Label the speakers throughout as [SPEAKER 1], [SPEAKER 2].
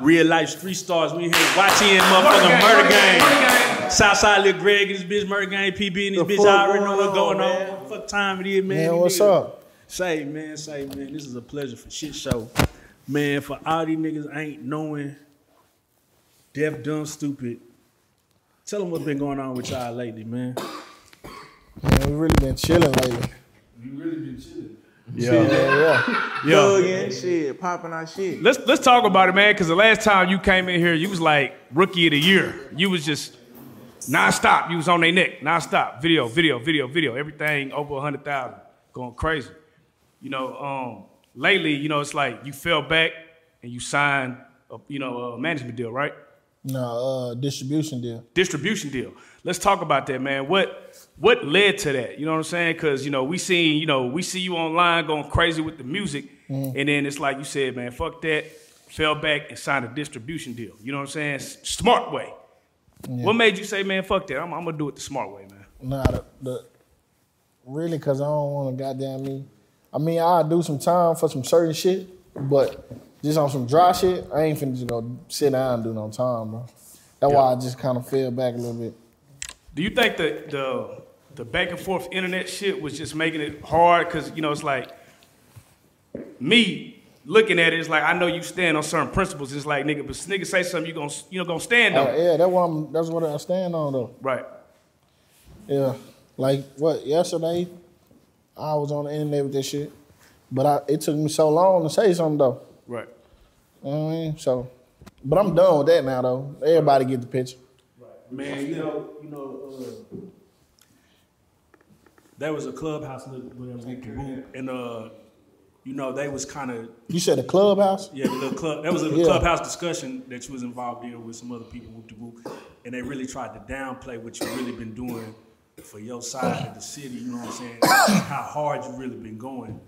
[SPEAKER 1] Real life street stars. We here watching motherfucking
[SPEAKER 2] Murder Gang, Murder
[SPEAKER 1] murder game.
[SPEAKER 2] Gang, Murder Gang.
[SPEAKER 1] Southside Lil Greg and this bitch murder game. PB and this
[SPEAKER 3] The
[SPEAKER 1] bitch.
[SPEAKER 3] fuck
[SPEAKER 1] I already know
[SPEAKER 3] going
[SPEAKER 1] what's going
[SPEAKER 3] on,
[SPEAKER 1] on.
[SPEAKER 3] man?
[SPEAKER 1] What the fuck time it is, man?
[SPEAKER 3] Man,
[SPEAKER 1] It
[SPEAKER 3] what's
[SPEAKER 1] is.
[SPEAKER 3] up?
[SPEAKER 1] Say man, say man. This is a pleasure for shit show, man. For all these niggas ain't knowing, deaf, dumb, stupid. Tell them what's been going on with y'all lately, man.
[SPEAKER 3] Man, we really been chilling lately.
[SPEAKER 1] Yeah,
[SPEAKER 3] Yeah,
[SPEAKER 1] yeah.
[SPEAKER 4] Thugging shit, popping our shit.
[SPEAKER 2] Let's let's talk about it, man. Because the last time you came in here, you was like rookie of the year. You was just nonstop. You was on their neck nonstop. Video, video, video, video. Everything over hundred thousand, going crazy. You know, um, lately, you know, it's like you fell back and you signed, a, you know, a management deal, right?
[SPEAKER 3] no uh, distribution deal.
[SPEAKER 2] distribution deal. Let's talk about that, man. What what led to that? You know what I'm saying? Because you know we seen you know we see you online going crazy with the music, and then it's like you said, man, fuck that. Fell back and signed a distribution deal. You know what I'm saying? S- Smart way. What made you say, man, fuck that? I'm, I'm gonna do it the smart way, man.
[SPEAKER 3] Nah, the, the really, cause I don't want to goddamn me. I mean, I do some time for some certain shit, but just on some dry shit, I ain't finna just go sit down and do no time, bro. That's why I just kind of fell back a little bit.
[SPEAKER 2] Do you think the the the back and forth internet shit was just making it hard? Cause you know it's like me looking at it, it's like I know you stand on certain principles. It's like nigga, but nigga say something, you gonna you know gonna stand on.
[SPEAKER 3] Uh,
[SPEAKER 2] it.
[SPEAKER 3] yeah, that's what I'm. That's what I stand on though.
[SPEAKER 2] Right.
[SPEAKER 3] Yeah, like what yesterday, I was on the internet with this shit, but I, it took me so long to say something though.
[SPEAKER 2] Right.
[SPEAKER 3] You know what I mean? So, but I'm done with that now though. Everybody get the picture.
[SPEAKER 1] Man, you know, you know, uh, there was a clubhouse uh, little- where we could move, and uh, you know, they was kind of
[SPEAKER 3] You said the clubhouse?
[SPEAKER 1] yeah, the little club. That was a little
[SPEAKER 3] Yeah.
[SPEAKER 1] clubhouse discussion that you was involved in with some other people, whoop de whoop, and they really tried to downplay what you really been doing for your side of the city. You know what I'm saying? How hard you really been going?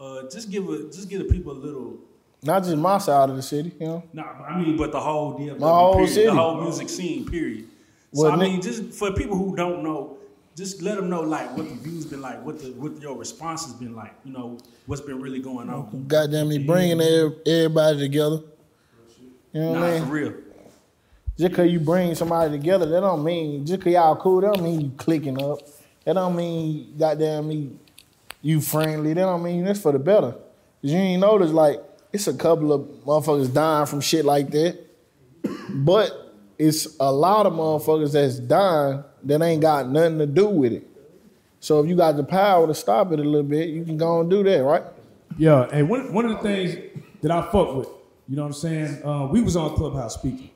[SPEAKER 1] Uh, just give a, just give the people a little.
[SPEAKER 3] Not just my side of the city, you know.
[SPEAKER 1] Nah, I mean, but the whole DFW,
[SPEAKER 3] My whole
[SPEAKER 1] period,
[SPEAKER 3] city.
[SPEAKER 1] the whole music scene, period. So
[SPEAKER 3] Well,
[SPEAKER 1] I
[SPEAKER 3] Nick-
[SPEAKER 1] mean, just for people who don't know, just let them know like what the views been like, what the what your response has been like. You know, what's been really going on.
[SPEAKER 3] Goddamn me, bringing ev- everybody together. You know what I
[SPEAKER 1] Nah, for
[SPEAKER 3] mean?
[SPEAKER 1] real.
[SPEAKER 3] Just cause you bring somebody together, that don't mean just cause y'all cool. That don't mean you clicking up. That don't mean goddamn me, you friendly. That don't mean that's for the better. 'Cause you ain't notice like it's a couple of motherfuckers dying from shit like that, but it's a lot of motherfuckers that's dying that ain't got nothing to do with it. So if you got the power to stop it a little bit, you can go and do that, right?
[SPEAKER 5] Yeah, and one one of the things that I fuck with, you know what I'm saying? Uh, we was on Clubhouse speaking,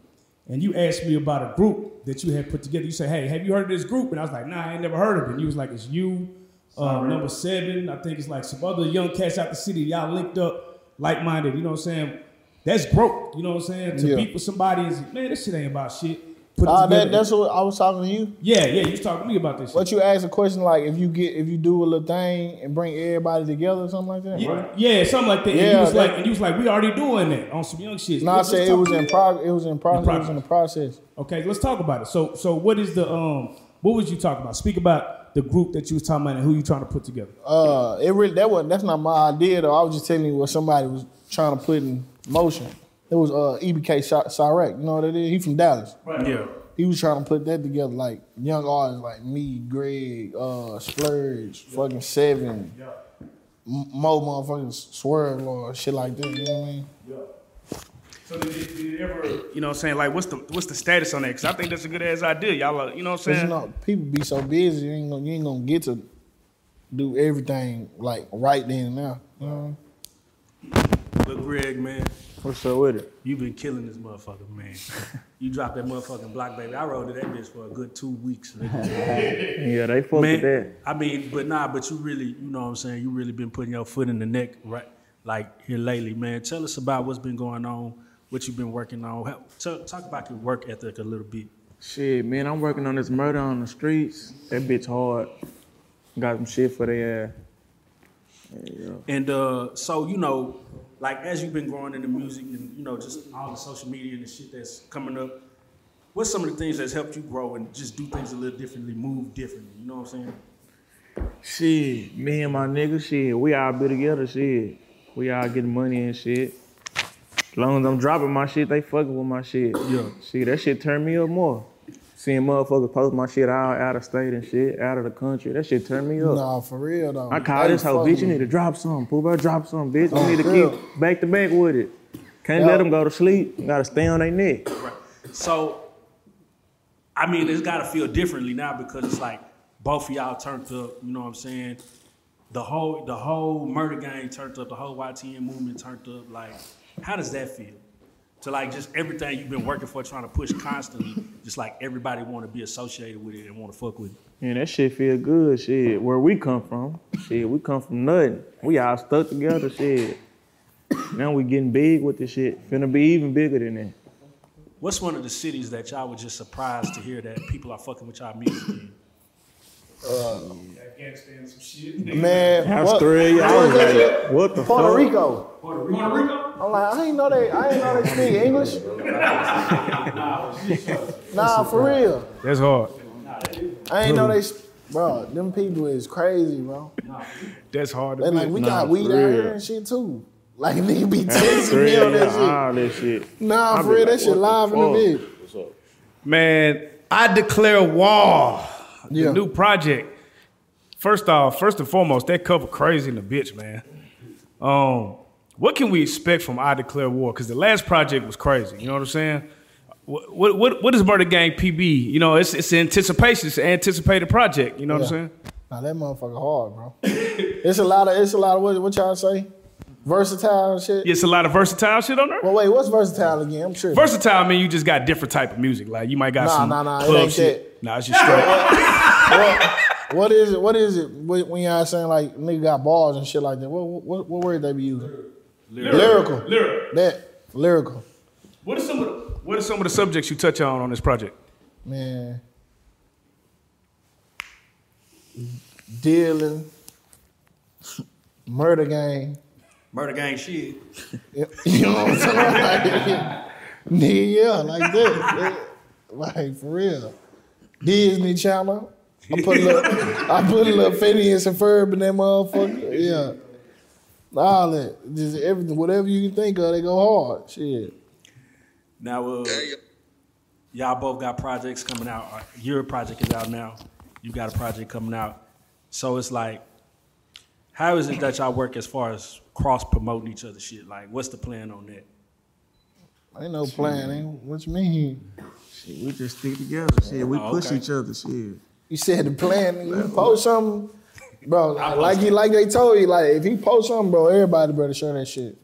[SPEAKER 5] and you asked me about a group that you had put together. You said, "Hey, have you heard of this group?" And I was like, "Nah, I ain't never heard of it." And you was like, "It's you, uh, number seven. I think it's like some other young cats out the city. Y'all linked up, like minded. You know what I'm saying? That's growth. You know what I'm saying? To
[SPEAKER 3] Yeah.
[SPEAKER 5] be with somebody is man, this shit ain't about shit. Put it
[SPEAKER 3] Uh,
[SPEAKER 5] together.
[SPEAKER 3] that, that's what I was talking to you.
[SPEAKER 5] yeah, yeah. You was talking to me about this. shit.
[SPEAKER 3] What you ask a question like if you get if you do a little thing and bring everybody together or something like that?
[SPEAKER 5] Yeah, yeah, something like that. and you
[SPEAKER 3] Yeah,
[SPEAKER 5] was
[SPEAKER 3] that-
[SPEAKER 5] like, and you was like, we already doing that on some young shit.
[SPEAKER 3] No, I
[SPEAKER 5] Let's-
[SPEAKER 3] said
[SPEAKER 5] let's
[SPEAKER 3] it
[SPEAKER 5] talk-
[SPEAKER 3] was in progress. It was in progress. It was
[SPEAKER 5] progress.
[SPEAKER 3] in the process.
[SPEAKER 5] Okay, let's talk about it. So, so what is the um, what was you talking about? Speak about the group that you was talking about and who you trying to put together.
[SPEAKER 3] Uh, it really that was that's not my idea though. I was just telling you what somebody was trying to put in motion. It was uh EBK Sy- Sirek. You know what it is? He from Dallas.
[SPEAKER 2] Yeah.
[SPEAKER 3] He was trying to put that together like young artists like me, Greg, uh, Splurge, fucking Seven, m- Mo, motherfucking Swerve or shit like that. You know what I mean?
[SPEAKER 2] So did you, did you ever, you know, what I'm saying like, what's the what's the status on that? Because I think that's a good ass idea, y'all. Are, you know what I'm
[SPEAKER 3] Cause you
[SPEAKER 2] saying?
[SPEAKER 3] know, people be so busy, you ain't gonna, you ain't gonna get to do everything like right then and now. You know?
[SPEAKER 1] Look, Greg, man.
[SPEAKER 4] What's up with it?
[SPEAKER 1] You've been killing this motherfucker, man. you dropped that motherfucking block, baby. I rode to that bitch for a good two weeks, nigga.
[SPEAKER 4] Yeah, they fuck with that.
[SPEAKER 1] man. I mean, but nah, but you really, you know what I'm saying? You really been putting your foot in the neck, right? Like here lately, man. Tell us about what's been going on, what you've been working on. How- tell- talk about your work ethic a little bit.
[SPEAKER 4] Shit, man, I'm working on this murder on the streets. That bitch hard. Got some shit for their
[SPEAKER 1] And uh, so, you know, like as you've been growing into music and, you know, just all the social media and the shit that's coming up, what's some of the things that's helped you grow and just do things a little differently, move differently? You know what I'm saying?
[SPEAKER 4] Shit, me and my nigga, shit, we all be together, shit. We all get money and shit. As long as I'm dropping my shit, they fucking with my shit.
[SPEAKER 1] Yeah.
[SPEAKER 4] See, that shit turned me up more. Seeing motherfuckers post my shit out, out of state and shit, out of the country. That shit turned me up.
[SPEAKER 3] Nah, for real though.
[SPEAKER 4] I call
[SPEAKER 3] They
[SPEAKER 4] this hoe, bitch,
[SPEAKER 3] fuck
[SPEAKER 4] you
[SPEAKER 3] with-
[SPEAKER 4] need to drop something. Pooh Bear, drop something, bitch. You
[SPEAKER 3] Oh,
[SPEAKER 4] need to
[SPEAKER 3] real.
[SPEAKER 4] keep back to back with it. Can't 'em
[SPEAKER 3] Yeah.
[SPEAKER 4] let them go to sleep. Gotta stay on their neck.
[SPEAKER 1] So, I mean, it's got to feel differently now because it's like both of y'all turned up. You know what I'm saying? The whole the whole murder gang turned up. The whole YTN movement turned up. Like, how does that feel? To like just everything you've been working for, trying to push constantly, just like everybody want to be associated with it and want to fuck with it.
[SPEAKER 4] And that shit feel good, shit. Where we come from, shit, we come from nothing. We all stuck together, shit. Now we getting big with this shit. Finna be even bigger than that.
[SPEAKER 1] What's one of the cities that y'all were just surprised to hear that people are fucking with y'all music in? Uh,
[SPEAKER 5] Afghanistan, some shit.
[SPEAKER 3] Man,
[SPEAKER 4] That's
[SPEAKER 3] what-
[SPEAKER 4] three. I was like, what the
[SPEAKER 3] Puerto
[SPEAKER 4] fuck?
[SPEAKER 3] Rico.
[SPEAKER 1] Puerto Rico.
[SPEAKER 3] I'm like, I ain't know they, I ain't know they speak English. nah, for real.
[SPEAKER 2] That's hard.
[SPEAKER 3] I ain't know they, s- bro. Them people is crazy, bro.
[SPEAKER 2] That's hard.
[SPEAKER 3] They
[SPEAKER 2] To
[SPEAKER 3] like, we got
[SPEAKER 4] Nah,
[SPEAKER 3] weed
[SPEAKER 4] for
[SPEAKER 3] out
[SPEAKER 4] real.
[SPEAKER 3] here and shit too. Like nigga be
[SPEAKER 4] That's
[SPEAKER 3] texting
[SPEAKER 4] three.
[SPEAKER 3] me on that shit.
[SPEAKER 4] All that shit.
[SPEAKER 3] Nah,
[SPEAKER 4] I
[SPEAKER 3] for
[SPEAKER 4] be
[SPEAKER 3] real,
[SPEAKER 4] like,
[SPEAKER 3] that shit
[SPEAKER 4] what
[SPEAKER 3] live
[SPEAKER 4] the
[SPEAKER 3] in the
[SPEAKER 4] fuck?
[SPEAKER 3] mid.
[SPEAKER 2] Man, I declare war. The
[SPEAKER 3] Yeah.
[SPEAKER 2] new project. First off, first and foremost, that cover crazy in the bitch, man. Um, what can we expect from I Declare War? Because the last project was crazy. You know what I'm saying? What what what, what is Murder Gang PB? You know, it's it's anticipation. It's an anticipated project. You know what I'm saying?
[SPEAKER 3] Nah, that motherfucker hard, bro. it's a lot of, it's a lot of what, what y'all say? Versatile and shit.
[SPEAKER 2] It's a lot of versatile shit on there.
[SPEAKER 3] Well, wait, what's versatile again? I'm tripping.
[SPEAKER 2] Versatile, I mean, you just got different type of music. Like you might got
[SPEAKER 3] Nah,
[SPEAKER 2] some
[SPEAKER 3] nah, nah, it
[SPEAKER 2] club
[SPEAKER 3] ain't
[SPEAKER 2] shit. Nah, it's just straight.
[SPEAKER 3] what, what is it? What is it when when y'all saying like nigga got balls and shit like that? What what, what word they be using? Lyrical.
[SPEAKER 2] Lyric.
[SPEAKER 3] That lyrical.
[SPEAKER 2] What are some of the, what are some of the subjects you touch on on this project?
[SPEAKER 3] Man. Dealing. Murder gang.
[SPEAKER 1] Murder gang shit.
[SPEAKER 3] You know what I'm saying? Like, nigga, yeah, like that. Like for real. Disney Channel. I put a little, I put a little Phineas and Ferb in that motherfucker. Yeah. All that. Just everything, whatever you can think of, they go hard. Shit.
[SPEAKER 1] Now, uh, y'all both got projects coming out. Uh, Your project is out now. You got a project coming out. So it's like, how is it that y'all work as far as cross promoting each other shit? Like, what's the plan on that?
[SPEAKER 3] Ain't no plan. Ain't what you mean?
[SPEAKER 4] Shit, we just stick together. Shit, we
[SPEAKER 1] Oh,
[SPEAKER 4] push
[SPEAKER 1] okay.
[SPEAKER 4] each other. Shit.
[SPEAKER 3] You said the plan. nigga. You post something, bro. Like you, like they told you, like if he post something, bro, everybody better share that shit.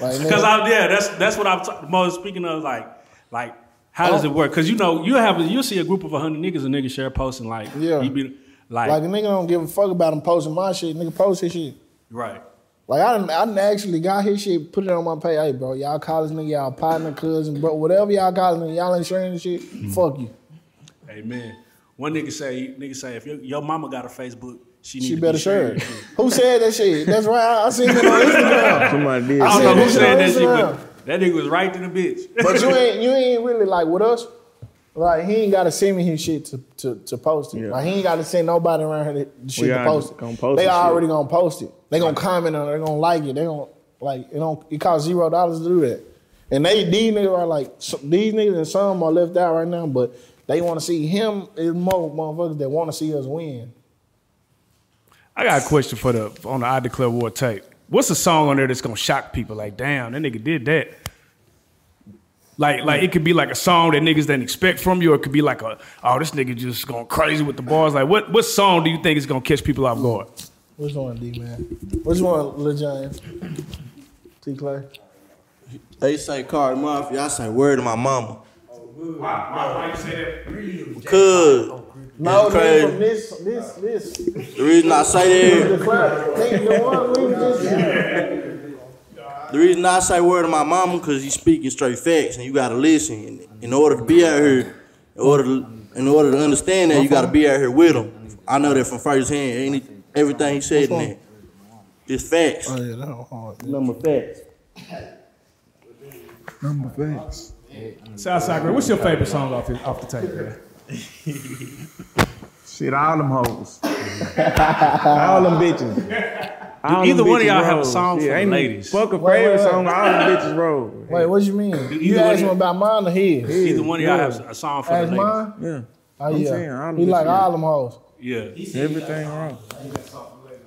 [SPEAKER 3] Like,
[SPEAKER 1] Because
[SPEAKER 3] nigga,
[SPEAKER 1] out there, that's that's what I'm t- most speaking of. Like, like how
[SPEAKER 3] Oh.
[SPEAKER 1] does it work? Because you know, you have you will see a group of hundred niggas and niggas share posts and like,
[SPEAKER 3] Yeah.
[SPEAKER 1] you be like,
[SPEAKER 3] like a nigga don't give a fuck about him posting my shit. Nigga post his shit.
[SPEAKER 1] right,
[SPEAKER 3] Like I done, I done actually got his shit, put it on my page. Hey, bro, y'all college nigga, y'all partner, cousin, bro, whatever y'all college nigga, y'all ain't sharing this shit.
[SPEAKER 1] Hmm.
[SPEAKER 3] Fuck you.
[SPEAKER 1] amen. One nigga say, nigga say, if your, your mama got a Facebook, she need
[SPEAKER 3] She
[SPEAKER 1] to be
[SPEAKER 3] better share
[SPEAKER 1] sharing
[SPEAKER 3] it.
[SPEAKER 1] shit.
[SPEAKER 3] Who said that shit? That's right. I, I seen it on Instagram.
[SPEAKER 4] Somebody did.
[SPEAKER 1] I
[SPEAKER 4] say
[SPEAKER 1] don't know who
[SPEAKER 3] Shit,
[SPEAKER 1] said that
[SPEAKER 3] shit,
[SPEAKER 1] shit,
[SPEAKER 3] yeah.
[SPEAKER 1] but that nigga was right to the bitch.
[SPEAKER 3] But you ain't you ain't really like with us. Like he ain't gotta send me his shit to to, to post it.
[SPEAKER 4] Yeah.
[SPEAKER 3] Like he ain't gotta send nobody around here the shit to
[SPEAKER 4] already
[SPEAKER 3] post it.
[SPEAKER 4] gonna post
[SPEAKER 3] they
[SPEAKER 4] the shit.
[SPEAKER 3] already gonna post it. They gonna comment on it. They gonna like it. They gonna like it. Don't it costs zero dollars to do that. And they these niggas are like some, these niggas and some are left out right now, but they want to see him. Is more motherfuckers that want to see us win.
[SPEAKER 2] I got a question for the on the I Declare War tape. What's a song on there that's gonna shock people? Like, damn, that nigga did that. Like, like it could be like a song that niggas didn't expect from you, or it could be like a, oh, this nigga just going crazy with the bars. Like, what what song do you think is gonna catch people off guard?
[SPEAKER 3] Which one, D man? Which one, Lil James? T Clay.
[SPEAKER 6] They say Card Mafia, I say word to my mama.
[SPEAKER 2] Why you say
[SPEAKER 6] Cause
[SPEAKER 3] No,
[SPEAKER 6] crazy.
[SPEAKER 3] nigga, from this, this, this.
[SPEAKER 6] the reason I say that,
[SPEAKER 3] The club. Nigga, the one we was just.
[SPEAKER 6] the reason I say word to my mama, cause you speaking straight facts and you gotta listen. In, in order to be out here, in order to, in order to understand that, you gotta be out here with them. I know that from first hand. Any everything he said in there, it's facts.
[SPEAKER 3] Oh yeah, that was hard.
[SPEAKER 6] Number facts.
[SPEAKER 5] Southside Girl, what's your favorite song off, the- off the tape, man?
[SPEAKER 4] Shit, all them hoes. all them bitches. All
[SPEAKER 1] either
[SPEAKER 4] them
[SPEAKER 1] one of
[SPEAKER 4] bitches
[SPEAKER 1] y'all have a
[SPEAKER 4] rolls.
[SPEAKER 1] song for
[SPEAKER 4] Shit,
[SPEAKER 1] the
[SPEAKER 4] ain't
[SPEAKER 1] ladies?
[SPEAKER 4] Fuck a
[SPEAKER 3] Wait, wait,
[SPEAKER 4] favorite
[SPEAKER 3] wait.
[SPEAKER 4] song. All them bitches roll.
[SPEAKER 3] Wait, what you mean? You
[SPEAKER 1] either one
[SPEAKER 3] asked him
[SPEAKER 1] of-
[SPEAKER 3] about mine or his?
[SPEAKER 1] Either one of y'all
[SPEAKER 4] yeah.
[SPEAKER 1] have a song for
[SPEAKER 3] Ask
[SPEAKER 1] the ladies.
[SPEAKER 3] mine?
[SPEAKER 4] Yeah,
[SPEAKER 3] Oh,
[SPEAKER 4] saying, all
[SPEAKER 3] yeah.
[SPEAKER 4] them
[SPEAKER 3] He like
[SPEAKER 4] bitches.
[SPEAKER 3] all them hoes.
[SPEAKER 1] Yeah.
[SPEAKER 4] everything wrong.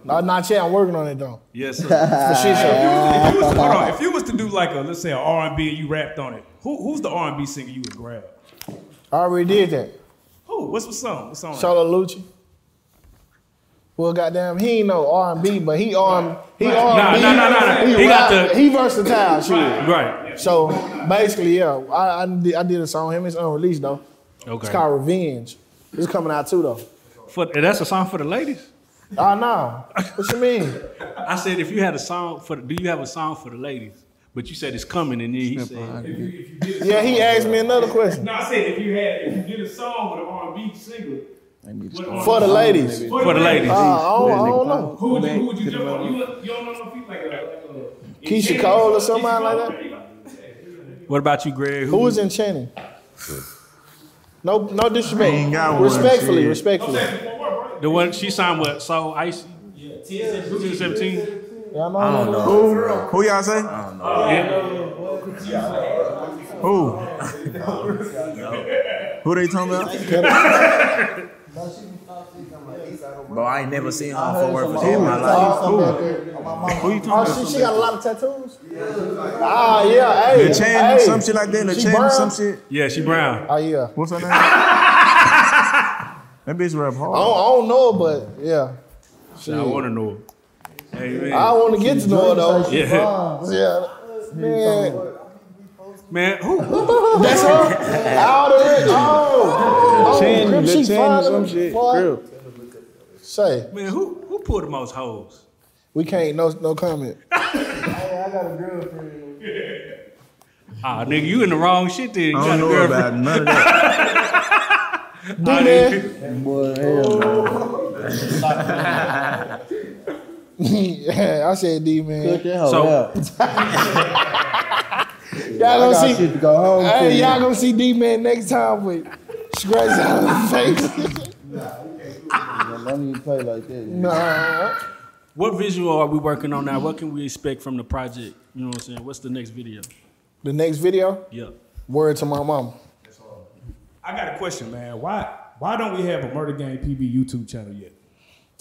[SPEAKER 3] No, not yet. I'm working on it though.
[SPEAKER 1] Yes, sir.
[SPEAKER 3] For shit show.
[SPEAKER 5] If you was to, hold on, if you was to do like a let's say an R and B and you rapped on it, who, who's the R and B singer you would grab?
[SPEAKER 3] I already did that.
[SPEAKER 5] Who? What's what song? What song?
[SPEAKER 3] Solo Lucci. Well, goddamn, he ain't no R and B, but he R he R and B.
[SPEAKER 1] Nah, nah, nah, nah.
[SPEAKER 3] He,
[SPEAKER 1] He got
[SPEAKER 3] rap-
[SPEAKER 1] the-
[SPEAKER 3] he versatile shit.
[SPEAKER 1] right.
[SPEAKER 3] So basically, yeah, I, I did I did a song with him. It's unreleased though. It's
[SPEAKER 1] Okay.
[SPEAKER 3] called Revenge. It's coming out too though.
[SPEAKER 1] For, that's a song for the ladies.
[SPEAKER 3] Oh no, what you mean?
[SPEAKER 1] I said, if you had a song for, the, do you have a song for the ladies? But you said it's coming, and then he said,
[SPEAKER 3] Yeah, he asked me another question
[SPEAKER 5] No, I said if you had if you did a song with an R and B singer. what R&B
[SPEAKER 3] for the ladies. Uh,
[SPEAKER 1] for the ladies.
[SPEAKER 3] I, don't, I don't know.
[SPEAKER 5] Who would you, who would you jump on? You, you don't know no people like that. Like, uh,
[SPEAKER 3] Keisha Cole or somebody like that.
[SPEAKER 1] What about you, Greg?
[SPEAKER 3] Who was in Channing? No, no disrespect.
[SPEAKER 7] ain't got one,
[SPEAKER 3] respectfully,
[SPEAKER 7] shit.
[SPEAKER 3] respectfully.
[SPEAKER 1] the one she signed with? So Icy. Yeah, 17.
[SPEAKER 3] Y'all know I don't know.
[SPEAKER 7] Who? Who y'all say?
[SPEAKER 1] Uh-huh.
[SPEAKER 7] Who? Who they talking about?
[SPEAKER 8] Bro, I ain't never seen her on Fort Worth in my life.
[SPEAKER 7] Who you talking about?
[SPEAKER 3] Oh, she, she got a lot of tattoos. Ah, yeah, hey,
[SPEAKER 7] The Chan,
[SPEAKER 3] hey.
[SPEAKER 7] some shit like that. The
[SPEAKER 3] She
[SPEAKER 7] Chan,
[SPEAKER 3] brown?
[SPEAKER 7] some shit.
[SPEAKER 1] Yeah, she brown.
[SPEAKER 3] Oh yeah,
[SPEAKER 7] What's her name? that bitch rap
[SPEAKER 3] I don't,
[SPEAKER 7] hard.
[SPEAKER 3] I don't know, her, but yeah,
[SPEAKER 1] Shit, I want to know. her. Hey
[SPEAKER 3] I
[SPEAKER 1] man,
[SPEAKER 3] want to get to know her though.
[SPEAKER 1] yeah,
[SPEAKER 3] Yeah, man,
[SPEAKER 1] man. Who?
[SPEAKER 3] that's her. All the rich, oh, oh,
[SPEAKER 4] Chin,
[SPEAKER 3] Crip,
[SPEAKER 4] the
[SPEAKER 3] she
[SPEAKER 4] Chin,
[SPEAKER 3] fine,
[SPEAKER 4] some shit.
[SPEAKER 3] boy.
[SPEAKER 4] Crip.
[SPEAKER 3] Say,
[SPEAKER 1] Man, who? Who pulled the most hoes?
[SPEAKER 3] we can't. No, no comment.
[SPEAKER 1] Ah, nigga, you in the wrong shit. Then you
[SPEAKER 7] I
[SPEAKER 1] got
[SPEAKER 7] don't
[SPEAKER 1] a
[SPEAKER 7] know
[SPEAKER 1] girlfriend.
[SPEAKER 7] about none of that.
[SPEAKER 3] Do that. I said D man.
[SPEAKER 1] So
[SPEAKER 3] Y'all gonna see. Hey, y'all gonna see D man next time with scratch on the face.
[SPEAKER 9] Don't even play like that.
[SPEAKER 3] nah.
[SPEAKER 1] What visual are we working on now? What can we expect from the project? You know what I'm saying? What's the next video?
[SPEAKER 3] The next video,
[SPEAKER 1] Yeah.
[SPEAKER 3] word to my mom.
[SPEAKER 5] I got a question, man. Why why don't we have a Murder Game PB YouTube channel yet?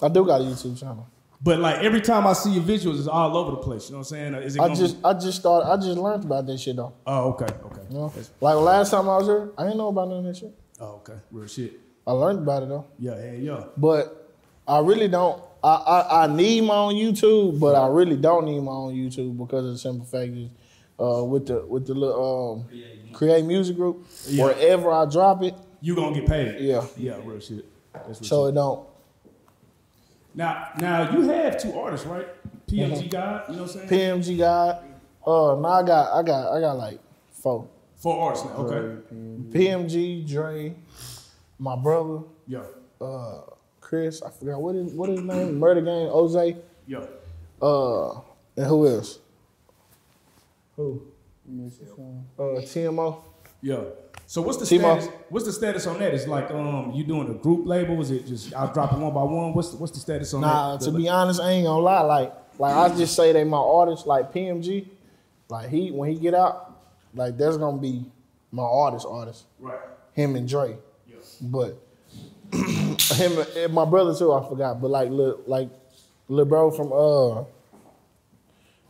[SPEAKER 3] I do got a YouTube channel.
[SPEAKER 5] But like every time I see your visuals, it's all over the place. You know what I'm saying? Is it?
[SPEAKER 3] I
[SPEAKER 5] gonna
[SPEAKER 3] just
[SPEAKER 5] Be,
[SPEAKER 3] I just started. I just learned about this shit though.
[SPEAKER 5] oh, okay, okay.
[SPEAKER 3] You know? Like last time I was here, I didn't know about none of that shit.
[SPEAKER 5] Oh, okay. Real shit.
[SPEAKER 3] I learned about it though,
[SPEAKER 5] Yeah, yeah, yeah.
[SPEAKER 3] but I really don't. I, I, I need my own YouTube, but I really don't need my own YouTube because of the simple fact is, uh, with the with the little um, create music group, wherever I drop it,
[SPEAKER 5] You gonna get paid?
[SPEAKER 3] Yeah.
[SPEAKER 5] Yeah, real shit. That's real
[SPEAKER 3] so
[SPEAKER 5] shit.
[SPEAKER 3] it don't.
[SPEAKER 5] Now, now you have two artists, right?
[SPEAKER 3] Mm-hmm.
[SPEAKER 5] PMG God. You know what I'm saying?
[SPEAKER 3] PMG guy, uh, no, I got I got I got like four.
[SPEAKER 5] Four artists now. Okay.
[SPEAKER 3] PMG, Dre, my brother,
[SPEAKER 5] Yo,
[SPEAKER 3] uh, Chris. I forgot what is what is his name. Murder Game, Jose,
[SPEAKER 5] yo.
[SPEAKER 3] uh, and who else? Who? Uh, TMO.
[SPEAKER 5] Yo. So what's the
[SPEAKER 3] T-Mo.
[SPEAKER 5] status? What's the status on that? It's like um, you doing a group label? Is it just I'll drop it one by one? What's the, what's the status on
[SPEAKER 3] Nah,
[SPEAKER 5] that?
[SPEAKER 3] to be honest, I ain't gonna lie. Like, like I just say they my artist. Like PMG, like he when he get out, like that's gonna be my artist, artist.
[SPEAKER 5] right.
[SPEAKER 3] him and Dre. But him and my brother too, I forgot. But like look like little bro from uh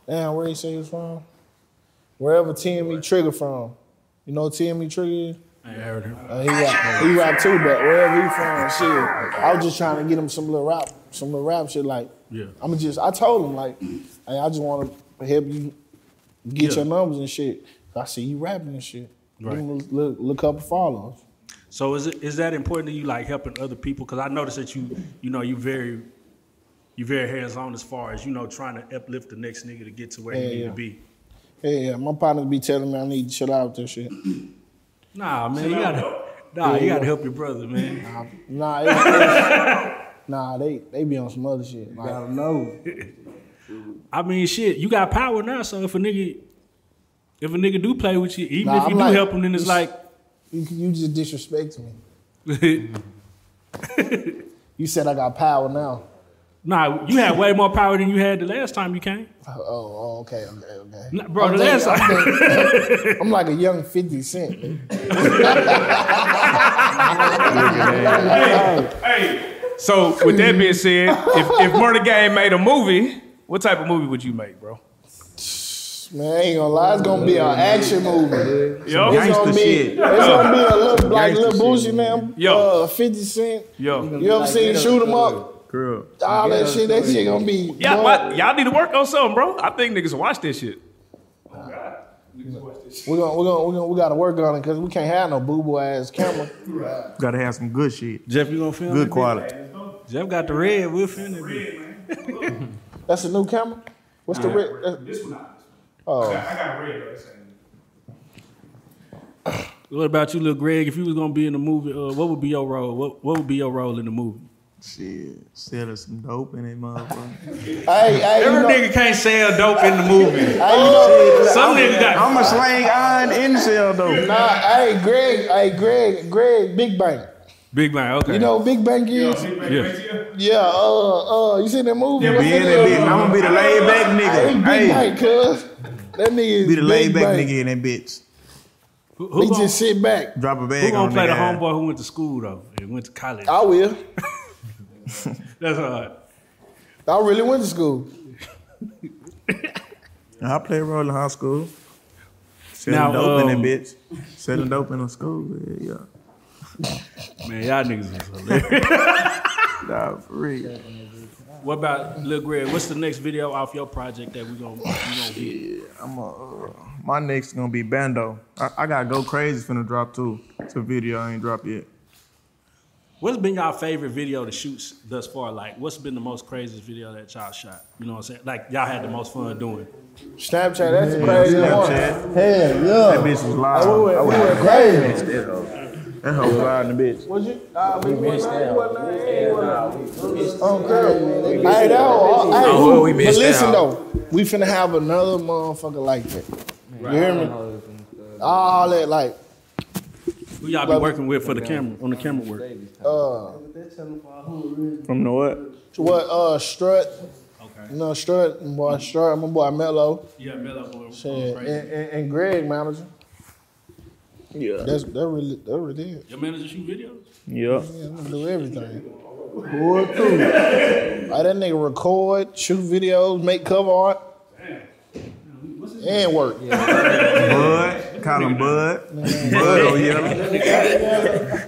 [SPEAKER 3] damn where he say he was from? Wherever TME Trigger from. You know who TME Trigger is?
[SPEAKER 1] I heard her.
[SPEAKER 3] Uh, he rap he rap too, but wherever he from, shit. I was just trying to get him some little rap, some little rap shit like
[SPEAKER 1] Yeah.
[SPEAKER 3] I'm just I told him like, hey, I just wanna help you get
[SPEAKER 1] Yeah.
[SPEAKER 3] your numbers and shit. I see you rapping and shit. Give him a Look, look up followers.
[SPEAKER 1] So is it is that important to you, like helping other people? Because I noticed that you, you know, you very, you very hands on as far as you know, trying to uplift the next nigga to get to where he
[SPEAKER 3] Yeah,
[SPEAKER 1] need
[SPEAKER 3] yeah.
[SPEAKER 1] to be.
[SPEAKER 3] Yeah, yeah. My partners be telling me I need to chill out with this shit.
[SPEAKER 1] Mm. Nah, man, you gotta, nah, you gotta help your brother, man.
[SPEAKER 3] Nah, it's, it's- nah, they they be on some other shit. Like,
[SPEAKER 9] I don't know.
[SPEAKER 1] I mean, shit, you got power now. So if a nigga, if a nigga do play with you, even
[SPEAKER 3] Nah,
[SPEAKER 1] if you do
[SPEAKER 3] I'm like-
[SPEAKER 1] help him, then it's like,
[SPEAKER 3] you you just disrespect me. You said I got power now.
[SPEAKER 1] Nah, you had way more power than you had the last time you came.
[SPEAKER 3] Oh, oh okay, okay, okay.
[SPEAKER 1] Nah, bro,
[SPEAKER 3] I'm
[SPEAKER 1] the
[SPEAKER 3] thinking-
[SPEAKER 1] last time.
[SPEAKER 3] I'm, thinking- I'm like a young 50 Cent.
[SPEAKER 2] Hey, so with that being said, if, if Murder Game made a movie, what type of movie would you make, bro?
[SPEAKER 3] Man, I ain't gonna lie, it's gonna be an action movie.
[SPEAKER 2] Yo.
[SPEAKER 3] it's gonna
[SPEAKER 2] Gangsta
[SPEAKER 3] be,
[SPEAKER 2] shit.
[SPEAKER 3] it's gonna be a little like
[SPEAKER 2] Gangsta
[SPEAKER 3] little bougie man.
[SPEAKER 2] Yo.
[SPEAKER 3] uh, Fifty Cent.
[SPEAKER 2] Yo,
[SPEAKER 3] You ever seen shoot 'em up?
[SPEAKER 4] Girl.
[SPEAKER 3] All that shit, that shit gonna be.
[SPEAKER 2] yeah,
[SPEAKER 3] boy,
[SPEAKER 2] but y'all need to work on something, bro. I think niggas watch this shit.
[SPEAKER 3] we gonna we gonna we gonna we gotta work on it because we can't have no boo boo ass camera.
[SPEAKER 7] Gotta have some good shit.
[SPEAKER 1] Jeff, you gonna film?
[SPEAKER 7] Good
[SPEAKER 1] it?
[SPEAKER 7] quality.
[SPEAKER 1] Jeff got the red. We'll film it. bitch.
[SPEAKER 3] That's a new camera. What's the red? that-
[SPEAKER 5] This one not.
[SPEAKER 3] Oh,
[SPEAKER 5] I got a red though. This ain't-
[SPEAKER 1] What about you, little Greg? If you was gonna be in the movie, uh, what would be your role? What What would be your role in the movie?
[SPEAKER 7] Shit. Sell us some dope in it, motherfucker.
[SPEAKER 3] hey, hey, you
[SPEAKER 1] Every
[SPEAKER 3] know,
[SPEAKER 1] nigga can't sell dope in the movie.
[SPEAKER 3] hey, you know,
[SPEAKER 7] Oh!
[SPEAKER 1] Some niggas got.
[SPEAKER 7] I'm a slang iron incel though.
[SPEAKER 3] nah, hey, Greg, hey, Greg, Greg, Big Bang.
[SPEAKER 1] Big man, okay.
[SPEAKER 3] You know, who Big Bang is
[SPEAKER 5] Yeah.
[SPEAKER 3] yeah. Uh, uh, you seen that movie?
[SPEAKER 7] Be in that bitch. I'm gonna be the laid back
[SPEAKER 3] Hey, Big
[SPEAKER 7] nigga. Hey,
[SPEAKER 3] Bang, cuz that nigga is
[SPEAKER 7] be the laid
[SPEAKER 3] Big
[SPEAKER 7] back
[SPEAKER 3] Bang.
[SPEAKER 7] nigga in that bitch.
[SPEAKER 1] who, who
[SPEAKER 3] He
[SPEAKER 1] gonna,
[SPEAKER 3] just sit back.
[SPEAKER 7] Drop a
[SPEAKER 1] who
[SPEAKER 7] bag
[SPEAKER 1] gonna
[SPEAKER 7] on
[SPEAKER 1] play the
[SPEAKER 7] nigga.
[SPEAKER 1] homeboy who went to school though? And went to college.
[SPEAKER 3] I will.
[SPEAKER 1] That's hard.
[SPEAKER 3] I really went to school.
[SPEAKER 7] I play a role in high school. Selling
[SPEAKER 1] Now,
[SPEAKER 7] dope
[SPEAKER 1] um,
[SPEAKER 7] in that bitch. Selling dope in a school. Yeah,
[SPEAKER 1] Man, y'all niggas is hilarious.
[SPEAKER 7] yeah. Nah, for real.
[SPEAKER 1] what about Lil Greg? What's the next video off your project that we gonna, we gonna be?
[SPEAKER 7] Yeah, I'm a, uh, my next gonna be Bando. I, I gotta go crazy. Finna drop too. It's a video I ain't dropped yet.
[SPEAKER 1] What's been y'all favorite video to shoot thus far? Like, what's been the most craziest video that y'all shot? You know what I'm saying? Like, y'all had the most fun doing.
[SPEAKER 3] Snapchat, that's the crazy one.
[SPEAKER 7] Snapchat.
[SPEAKER 9] Hell
[SPEAKER 7] That
[SPEAKER 9] yeah.
[SPEAKER 7] bitch was live.
[SPEAKER 3] We went,
[SPEAKER 7] I
[SPEAKER 3] we
[SPEAKER 7] was-
[SPEAKER 3] went crazy.
[SPEAKER 7] That hoe was live in the bitch.
[SPEAKER 3] Was you? Nah, we went Hey, that was- hey,
[SPEAKER 8] Oh, well, we
[SPEAKER 3] But
[SPEAKER 8] missed
[SPEAKER 3] listen
[SPEAKER 8] out.
[SPEAKER 3] though, we finna have another motherfucker like that. You hear me? All that like,
[SPEAKER 1] Who y'all be working with for the camera on the camera work?
[SPEAKER 3] uh,
[SPEAKER 7] From the what?
[SPEAKER 3] what, uh, Strut.
[SPEAKER 1] Okay.
[SPEAKER 3] You know, Strut, my boy, Strut, my boy Mello,
[SPEAKER 1] Yeah, Mello boy.
[SPEAKER 3] shit, and, and, and Greg manager.
[SPEAKER 7] Yeah.
[SPEAKER 3] That's that really that really it.
[SPEAKER 1] Your manager shoot videos?
[SPEAKER 7] Yep.
[SPEAKER 3] Yeah, I'm gonna do everything. I that nigga record, shoot videos, make cover art. And work.
[SPEAKER 7] Bud. Call him Bud. Bud oh, on yellow.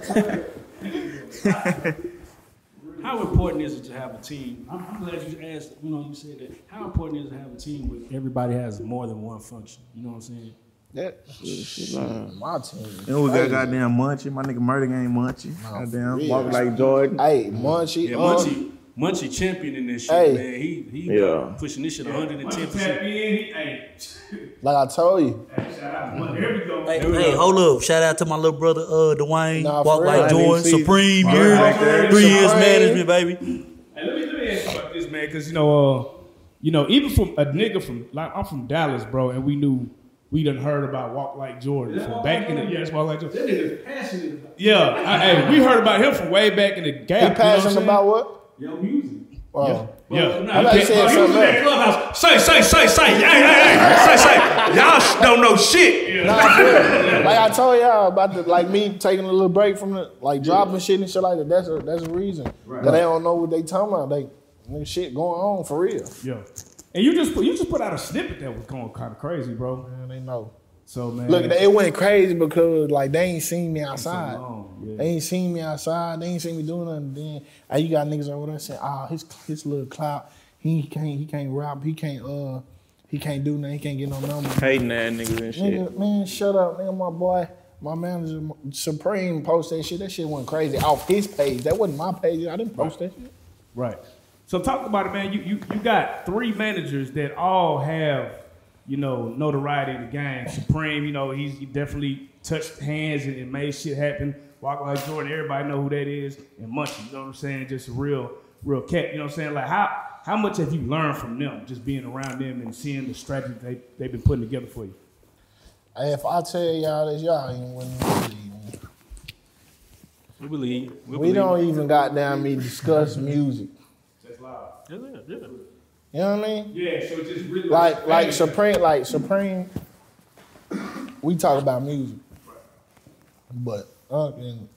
[SPEAKER 1] How important is it to have a team? I'm, I'm glad you asked. You know, you said that. How important is it to have a team where everybody has more than one function? You know what I'm saying?
[SPEAKER 3] That shit, my team.
[SPEAKER 7] And we got goddamn Munchie. My nigga Murder Game Munchie. Goddamn.
[SPEAKER 3] real.
[SPEAKER 7] Walk like Jordan.
[SPEAKER 3] Hey, Munchie.
[SPEAKER 1] Yeah,
[SPEAKER 3] uh,
[SPEAKER 1] Munchie, Munchie championing this shit,
[SPEAKER 3] Hey.
[SPEAKER 1] man. He he
[SPEAKER 4] Yeah.
[SPEAKER 1] pushing this shit 110.
[SPEAKER 5] Once you tap
[SPEAKER 1] percent
[SPEAKER 5] in, he- hey,
[SPEAKER 3] Like I told you.
[SPEAKER 5] shout out. Well, Here we go.
[SPEAKER 10] Hey, hey, hold up. Shout out to my little brother, uh, Dwayne.
[SPEAKER 3] Nah,
[SPEAKER 10] Walk
[SPEAKER 3] for
[SPEAKER 10] like
[SPEAKER 3] real.
[SPEAKER 10] Jordan. Supreme,
[SPEAKER 7] Right
[SPEAKER 10] you heard me?
[SPEAKER 7] back there.
[SPEAKER 10] Three years
[SPEAKER 3] Supreme.
[SPEAKER 10] management, baby.
[SPEAKER 5] Hey, let me let me ask you about this, man, because you know, uh, you know, even from a nigga from like I'm from Dallas, bro, and we knew we done heard about Walk Like Jordan from back in the yeah, that's Walk Like Jordan. That nigga's passionate. Yeah, I, hey, we heard about him from way back in the
[SPEAKER 3] He
[SPEAKER 5] gap.
[SPEAKER 3] passionate
[SPEAKER 5] you know
[SPEAKER 3] about what? Oh.
[SPEAKER 1] Yo, music.
[SPEAKER 3] Wow.
[SPEAKER 5] what I'm saying? Yeah,
[SPEAKER 3] I thought you said
[SPEAKER 5] Yeah.
[SPEAKER 3] something else.
[SPEAKER 2] Clubhouse. Say, say, say, say, hey, hey, hey, say, say. Y'all sh- don't know shit.
[SPEAKER 3] Nah, for real. like I told y'all about the like me taking a little break from the like dropping shit and shit like that. That's a that's a reason. Cause they don't know what they talking about. They nigga, shit going on for real.
[SPEAKER 5] Yeah. And you just put, you just put out a snippet that was going kind of crazy, bro.
[SPEAKER 3] Man, they know.
[SPEAKER 5] So man,
[SPEAKER 3] Look, they- it went crazy because like they ain't seen me outside.
[SPEAKER 5] long, yeah.
[SPEAKER 3] They ain't seen me outside. They ain't seen me doing nothing. Then uh, you got niggas over there saying, "Oh, his his little clout. He can't he can't rob. He can't uh he can't do nothing. He can't get no number."
[SPEAKER 4] Hating that niggas and shit.
[SPEAKER 3] Nigga, man, shut up, nigga. My boy, my manager, Supreme, post that shit. That shit went crazy off his page. That wasn't my page. I didn't post that shit.
[SPEAKER 5] Right. So talk about it, man. You you you got three managers that all have you know notoriety in the game. Supreme, you know, he's he definitely touched hands and, and made shit happen. Walk like Jordan, everybody know who that is, and Munchie, you know what I'm saying? Just a real, real cat. You know what I'm saying? Like how how much have you learned from them, just being around them and seeing the strategy they they've been putting together for you?
[SPEAKER 3] If I tell y'all this, y'all ain't wouldn't believe me.
[SPEAKER 1] We believe. We,
[SPEAKER 3] We
[SPEAKER 1] believe.
[SPEAKER 3] don't even goddamn me discuss music.
[SPEAKER 5] That's loud.
[SPEAKER 1] Yeah, yeah.
[SPEAKER 3] You know what I mean?
[SPEAKER 2] Yeah, so just really
[SPEAKER 3] Like like Supreme like Supreme. We talk about music. But uh, and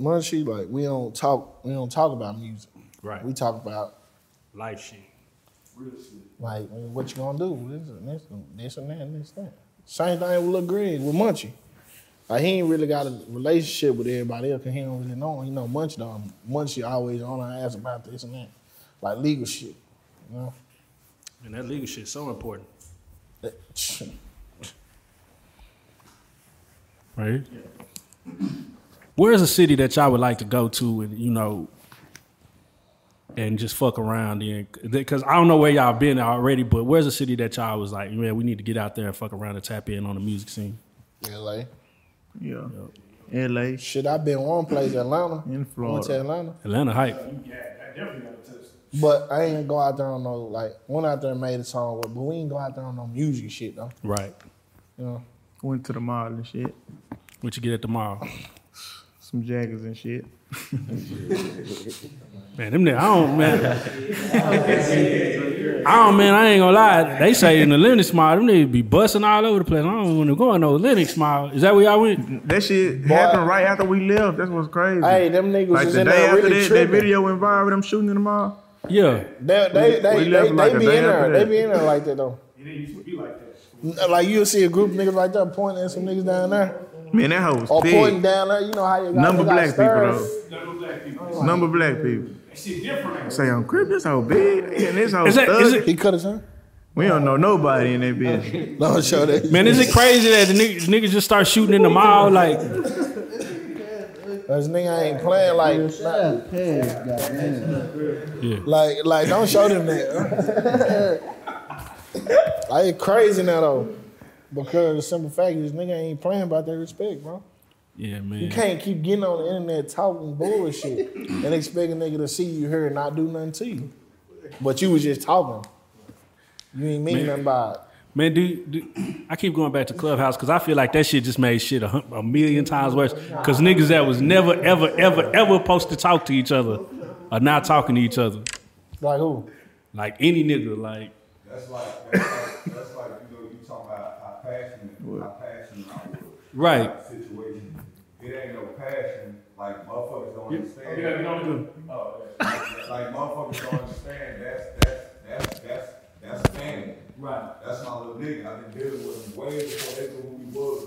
[SPEAKER 3] Munchie, like we don't talk we don't talk about music.
[SPEAKER 1] Right.
[SPEAKER 3] We talk about
[SPEAKER 1] Life shit. Real shit.
[SPEAKER 3] like what you gonna do, this and this and this and that and this and that. Same thing with Lil Greg with Munchie. Like he ain't really got a relationship with everybody else 'cause he don't really know. him. He know Munchie though. Munchie always on our ass about this and that. Like legal shit. You know?
[SPEAKER 1] And that legal shit's so important. Right? Where's a city that y'all would like to go to and, you know, and just fuck around in? Because I don't know where y'all been already, but where's a city that y'all was like, man, we need to get out there and fuck around and tap in on the music scene?
[SPEAKER 3] LA.
[SPEAKER 7] Yeah. LA.
[SPEAKER 3] Shit, I've been one place, Atlanta. I
[SPEAKER 7] In
[SPEAKER 3] went
[SPEAKER 7] Florida.
[SPEAKER 3] to Atlanta.
[SPEAKER 1] Atlanta hype.
[SPEAKER 3] But I ain't go out there on no like went out there and made a song with, but we ain't go out there on no music shit though.
[SPEAKER 1] Right.
[SPEAKER 3] You know.
[SPEAKER 7] Went to the mall and shit.
[SPEAKER 1] What you get at the mall?
[SPEAKER 7] Some jaggers and shit.
[SPEAKER 1] Man, them niggas, I don't, man. I don't, man, I ain't gonna lie. They say in the Linux mall, them niggas be busting all over the place. I don't wanna go in no Linux mall. Is that where y'all went?
[SPEAKER 7] That shit happened right after we left. That's what's crazy.
[SPEAKER 3] Hey, them niggas
[SPEAKER 7] like
[SPEAKER 3] was
[SPEAKER 7] the
[SPEAKER 3] in
[SPEAKER 7] day
[SPEAKER 3] there
[SPEAKER 7] after
[SPEAKER 3] really
[SPEAKER 7] that, that
[SPEAKER 3] tripping.
[SPEAKER 7] video went viral, them shooting in the mall.
[SPEAKER 1] Yeah.
[SPEAKER 3] They they they,
[SPEAKER 7] We
[SPEAKER 3] they,
[SPEAKER 7] left
[SPEAKER 3] they,
[SPEAKER 7] like a
[SPEAKER 3] be
[SPEAKER 7] day
[SPEAKER 3] in there.
[SPEAKER 7] after
[SPEAKER 3] They
[SPEAKER 7] that.
[SPEAKER 3] be in there like that though. Like you'll see a group of niggas like that pointing at some niggas down there.
[SPEAKER 7] Man, that hoe
[SPEAKER 3] Or
[SPEAKER 7] was
[SPEAKER 3] pointing
[SPEAKER 7] big.
[SPEAKER 3] down there, you know how you got
[SPEAKER 7] Number
[SPEAKER 3] you got
[SPEAKER 7] black people
[SPEAKER 3] stairs.
[SPEAKER 7] though. Number black people. Say I'm crip, this hoe big. And this hoe
[SPEAKER 1] Is that- is
[SPEAKER 7] thug.
[SPEAKER 3] He cut his hair.
[SPEAKER 7] We don't know nobody in that bitch.
[SPEAKER 3] Don't show that.
[SPEAKER 1] Man, is it crazy that the niggas, niggas just start shooting in the mall? Like,
[SPEAKER 3] This nigga ain't playing like
[SPEAKER 9] Shut up, Pez, goddamn.
[SPEAKER 3] like like don't show them that. like it's crazy now though. Because the simple fact is nigga ain't playing about their respect, bro.
[SPEAKER 1] yeah,
[SPEAKER 3] You
[SPEAKER 1] man.
[SPEAKER 3] can't keep getting on the internet talking bullshit and expect a nigga to see you here and not do nothing to you. But you was just talking. You ain't mean
[SPEAKER 1] Man.
[SPEAKER 3] nothing by it.
[SPEAKER 1] Man, do, do I keep going back to Clubhouse because I feel like that shit just made shit a, hun- a million times worse. Because niggas that was never, ever, ever, ever supposed to talk to each other are now talking to each other.
[SPEAKER 3] Like who?
[SPEAKER 1] Like any nigga, like
[SPEAKER 11] That's like that's like, that's like you know you talking about how passionate how passionate I was.
[SPEAKER 1] Right.
[SPEAKER 11] About the Situation. It ain't no passion. Like motherfuckers don't
[SPEAKER 1] Yeah.
[SPEAKER 11] understand.
[SPEAKER 1] Yeah, we don't do.
[SPEAKER 11] Oh, yeah. like motherfuckers don't understand. That's that's that's that's that's family.
[SPEAKER 1] Right.
[SPEAKER 11] That's my little nigga. I've been dealing with him way before they knew who he was.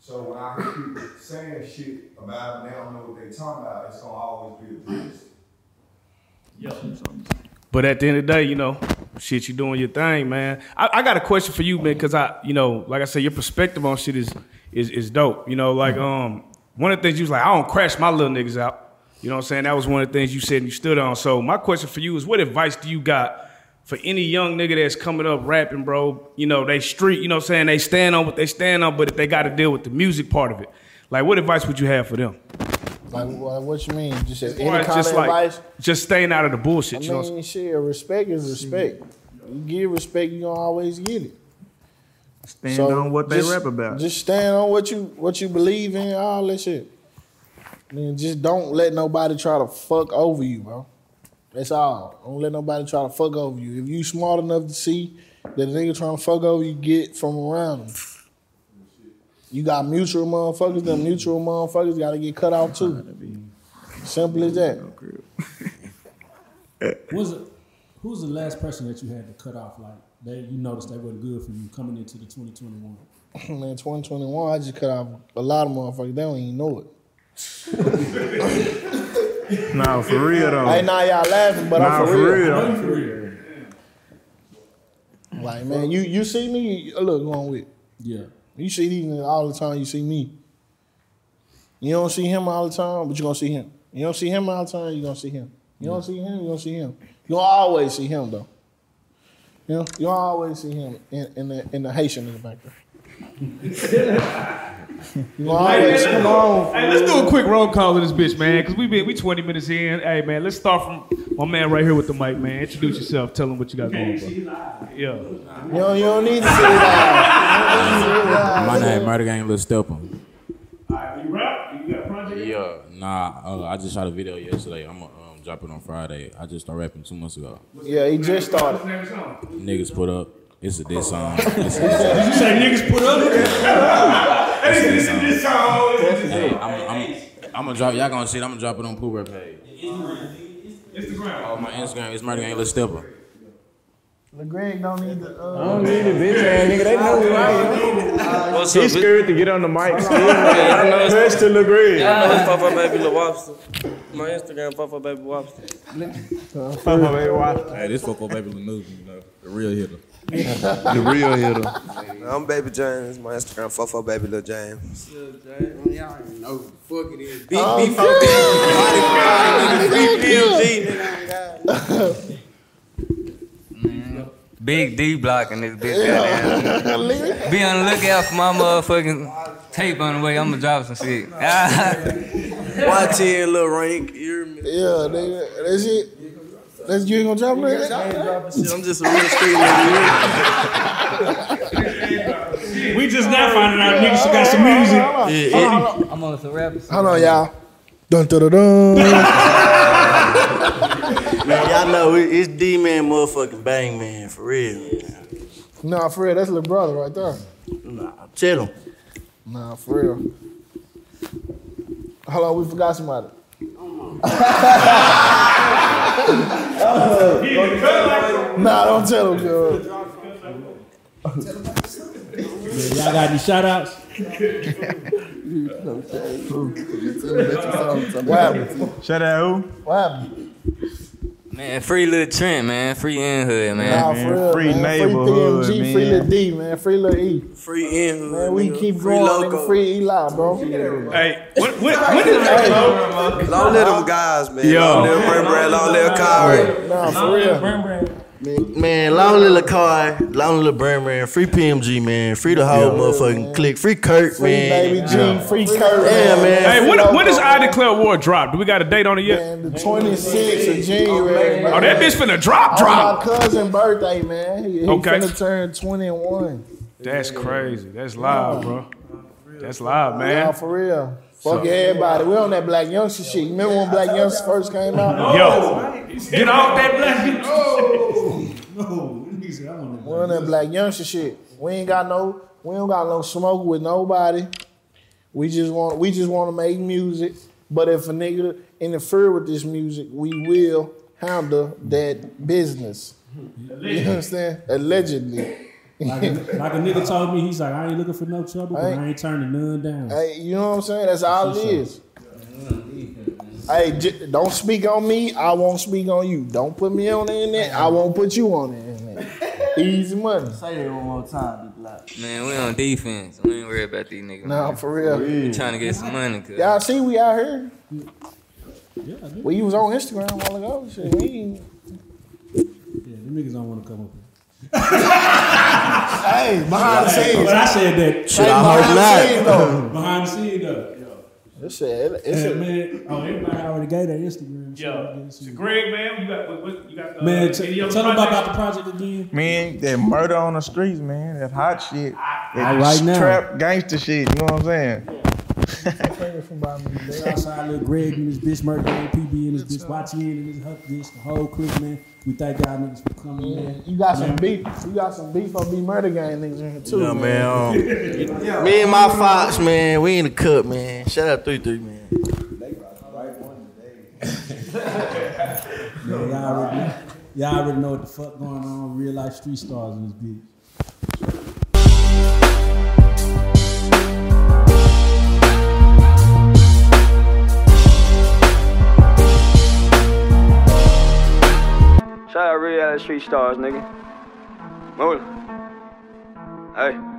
[SPEAKER 11] So when I hear people saying shit about him, they don't know what they talking about. It's gonna always be addressed.
[SPEAKER 2] But at the end of the day, you know, shit, you doing your thing, man. I, I got a question for you, man, because I, you know, like I said, your perspective on shit is is is dope. You know, like um, one of the things you was like, I don't crash my little niggas out. You know what I'm saying? That was one of the things you said and you stood on. So my question for you is, what advice do you got for any young nigga that's coming up rapping, bro? You know, they street. You know what I'm saying? They stand on what they stand on, but if they got to deal with the music part of it, like, what advice would you have for them?
[SPEAKER 3] Like what, what you mean? Just any
[SPEAKER 2] Or
[SPEAKER 3] kind
[SPEAKER 2] it's just
[SPEAKER 3] of
[SPEAKER 2] like
[SPEAKER 3] advice?
[SPEAKER 2] just staying out of the bullshit.
[SPEAKER 3] I
[SPEAKER 2] you know what I'm saying?
[SPEAKER 3] mean, shit, respect is respect. You give respect, you gonna always get it.
[SPEAKER 7] Stand
[SPEAKER 3] So,
[SPEAKER 7] on what they
[SPEAKER 3] just-
[SPEAKER 7] rap about.
[SPEAKER 3] Just stand on what you what you believe in, all that shit. I mean, just don't let nobody try to fuck over you, bro. That's all. Don't let nobody try to fuck over you. If you smart enough to see that a nigga trying to fuck over you, get from around him. You got mutual motherfuckers, them mutual motherfuckers gotta get cut off too. Simple as that.
[SPEAKER 5] Was it, who's the last person that you had to cut off? Like they, you noticed they wasn't good for you coming into the 2021.
[SPEAKER 3] Man, 2021, I just cut off a lot of motherfuckers. They don't even know it.
[SPEAKER 7] Nah, for real though.
[SPEAKER 3] Hey, now y'all laughing, but
[SPEAKER 7] Nah,
[SPEAKER 3] I'm for,
[SPEAKER 7] for
[SPEAKER 3] real.
[SPEAKER 7] real.
[SPEAKER 3] Like, man, you you see me, look, who I'm with.
[SPEAKER 5] Yeah.
[SPEAKER 3] You see these niggas all the time, you see me. You don't see him all the time, but you gonna see him. You don't see him all the time, you gonna see him. You don't see him, you gonna see him. You gonna always see him though. You know, you always see him in, in the in the Haitian nigga back there. you gonna always come on.
[SPEAKER 2] Hey, let's do a quick roll call of this bitch, man, because we been we 20 minutes in. Hey, man, let's start from my man right here with the mic, man. Introduce yourself. Tell him what you got going on. Yeah.
[SPEAKER 3] You don't, you don't need to see that.
[SPEAKER 8] My name, Murder Gang Lil Stepper.
[SPEAKER 2] You rap?
[SPEAKER 12] Yeah, nah. Uh, I just shot a video yesterday. I'm gonna um, drop it on Friday. I just started rapping two months ago.
[SPEAKER 3] Yeah, he just started.
[SPEAKER 12] Niggas put up. It's a diss song. It's a
[SPEAKER 5] Did you say niggas put up? Hey, this is this song.
[SPEAKER 12] Hey, I'm, I'm, I'm gonna drop. Y'all gonna see it. I'm gonna drop it on Pooh Bear page.
[SPEAKER 5] Instagram.
[SPEAKER 12] On my Instagram, it's Murder Gang Lil Stepper.
[SPEAKER 3] LeGreg don't need the. Uh,
[SPEAKER 4] I don't need it, bitch ass nigga. They know who I am.
[SPEAKER 12] What's
[SPEAKER 4] He's
[SPEAKER 12] up, bitch?
[SPEAKER 4] scared to get on the mic. Scared.
[SPEAKER 13] Yeah, I know it's-
[SPEAKER 4] That's to LeGrand.
[SPEAKER 13] Yeah, I know it's Papa Baby Lil Wobster. My Instagram, Papa Baby Wobster.
[SPEAKER 4] Papa Baby Wobster.
[SPEAKER 12] Hey, this football baby Lanuzi, you know, the real hitter.
[SPEAKER 14] The real hitter. I'm Baby James. My Instagram, Fofo Baby Lil James.
[SPEAKER 15] Y'all already know who the fuck it is. Big
[SPEAKER 14] Oh,
[SPEAKER 15] B
[SPEAKER 14] fuck.
[SPEAKER 15] fucking Free PMG.
[SPEAKER 16] Big D blocking this bitch. goddamn. Be on the lookout for my motherfucking tape on the way. I'ma drop some shit.
[SPEAKER 14] Watch it, Lil Rank. You hear me?
[SPEAKER 3] Yeah, nigga, that's it. That's you ain't gonna drop it.
[SPEAKER 14] Shit, I'm just a real street nigga.
[SPEAKER 5] We just now finding out niggas got some music.
[SPEAKER 16] I'm on some rappers.
[SPEAKER 3] Hold on, y'all. Dun dun dun dun.
[SPEAKER 6] Man, y'all know it, it's D man, motherfucking bang man, for real.
[SPEAKER 3] Nah, for real, that's little brother right there.
[SPEAKER 6] Nah, chill him.
[SPEAKER 3] Nah, for real. Hold on, we forgot somebody. nah, don't tell him, girl.
[SPEAKER 5] Y'all got any shout outs?
[SPEAKER 7] Shout out who?
[SPEAKER 3] What happened?
[SPEAKER 16] Man, free little Trent, man. Free in hood, man.
[SPEAKER 3] Nah, for real, man. free PMG, free Lil D, man. Free Lil E. Free in Man, we keep
[SPEAKER 14] Free
[SPEAKER 3] going.
[SPEAKER 14] Loco.
[SPEAKER 3] nigga. Free Eli, bro. Hey,
[SPEAKER 2] what,
[SPEAKER 14] Long live them guys, man.
[SPEAKER 6] Yo.
[SPEAKER 14] Long live Brand Brand, long live Kyrie.
[SPEAKER 3] Nah, for real.
[SPEAKER 6] Man, long little car, long little brand brand, free PMG man, free the whole motherfucking click, free Kurt man.
[SPEAKER 3] Baby G, free Kurt.
[SPEAKER 6] Yeah, man.
[SPEAKER 2] Hey, when, when does I Declare War drop? Do we got a date on it yet?
[SPEAKER 3] The 26th of January.
[SPEAKER 2] Oh, that bitch finna drop, drop.
[SPEAKER 3] It's my cousin birthday, man. He, he
[SPEAKER 2] Okay.
[SPEAKER 3] finna turn 21.
[SPEAKER 2] That's crazy. That's live, bro. That's live,
[SPEAKER 3] Nah,
[SPEAKER 2] man.
[SPEAKER 3] for real.
[SPEAKER 2] So-
[SPEAKER 3] Fuck everybody. We on that Black Youngster shit. You remember when Black Youngster first came out?
[SPEAKER 2] Yo, get off that black.
[SPEAKER 5] Oh,
[SPEAKER 3] We on that Black Youngster shit. We ain't got no. We don't got no smoke with nobody. We just want. We just want to make music. But if a nigga interfere with this music, we will handle that business. You understand? Allegedly.
[SPEAKER 5] Like a, like a nigga told me, he's like, I ain't looking for no trouble, but I
[SPEAKER 3] Hey.
[SPEAKER 5] ain't turning none down.
[SPEAKER 3] Hey, you know what I'm saying? That's all it is. Hey, j- don't speak on me. I won't speak on you. Don't put me on the internet. I won't put you on the internet. Easy money.
[SPEAKER 15] Say that one more time, be black.
[SPEAKER 16] Man, we on defense. We ain't worried about these niggas.
[SPEAKER 3] Nah,
[SPEAKER 16] man.
[SPEAKER 3] for real.
[SPEAKER 16] We trying to get some money, cuz.
[SPEAKER 3] Y'all see we out here? Well, you was on Instagram a while ago. Shit, we ain't-
[SPEAKER 5] Yeah, them niggas don't want to come up here.
[SPEAKER 3] Hey, behind the scenes.
[SPEAKER 5] But I said that.
[SPEAKER 3] Shit, I hope Hey, behind the not. scenes, though.
[SPEAKER 5] behind the scenes, though.
[SPEAKER 3] It's a,
[SPEAKER 5] It's
[SPEAKER 3] it's a-
[SPEAKER 5] man. Oh, everybody already gave their Instagram. Yo,
[SPEAKER 2] Greg, man, you got what, what you got?
[SPEAKER 5] Man, t-
[SPEAKER 2] any other
[SPEAKER 5] tell them about,
[SPEAKER 2] projects?
[SPEAKER 5] about the project again.
[SPEAKER 7] Man, that murder on the streets, man. That hot shit. That
[SPEAKER 5] All right now.
[SPEAKER 7] trap gangster shit. You know what I'm saying?
[SPEAKER 5] They outside little Greg and his bitch murder and PB and his bitch watching and his huck bitch, the whole clique, man. We thank y'all niggas for coming, man.
[SPEAKER 3] you got some
[SPEAKER 5] Man.
[SPEAKER 3] beef. You got some beef on B Murder Gang niggas in here too.
[SPEAKER 6] Yeah, man. um,
[SPEAKER 3] Yeah.
[SPEAKER 6] me and my fox, man, we in the cup, man. Shout out three three, man.
[SPEAKER 5] Yeah, y'all, already know, y'all already know what the fuck going on. Real life street stars in this bitch.
[SPEAKER 17] Shout out real ass street stars, nigga. Move. Hey.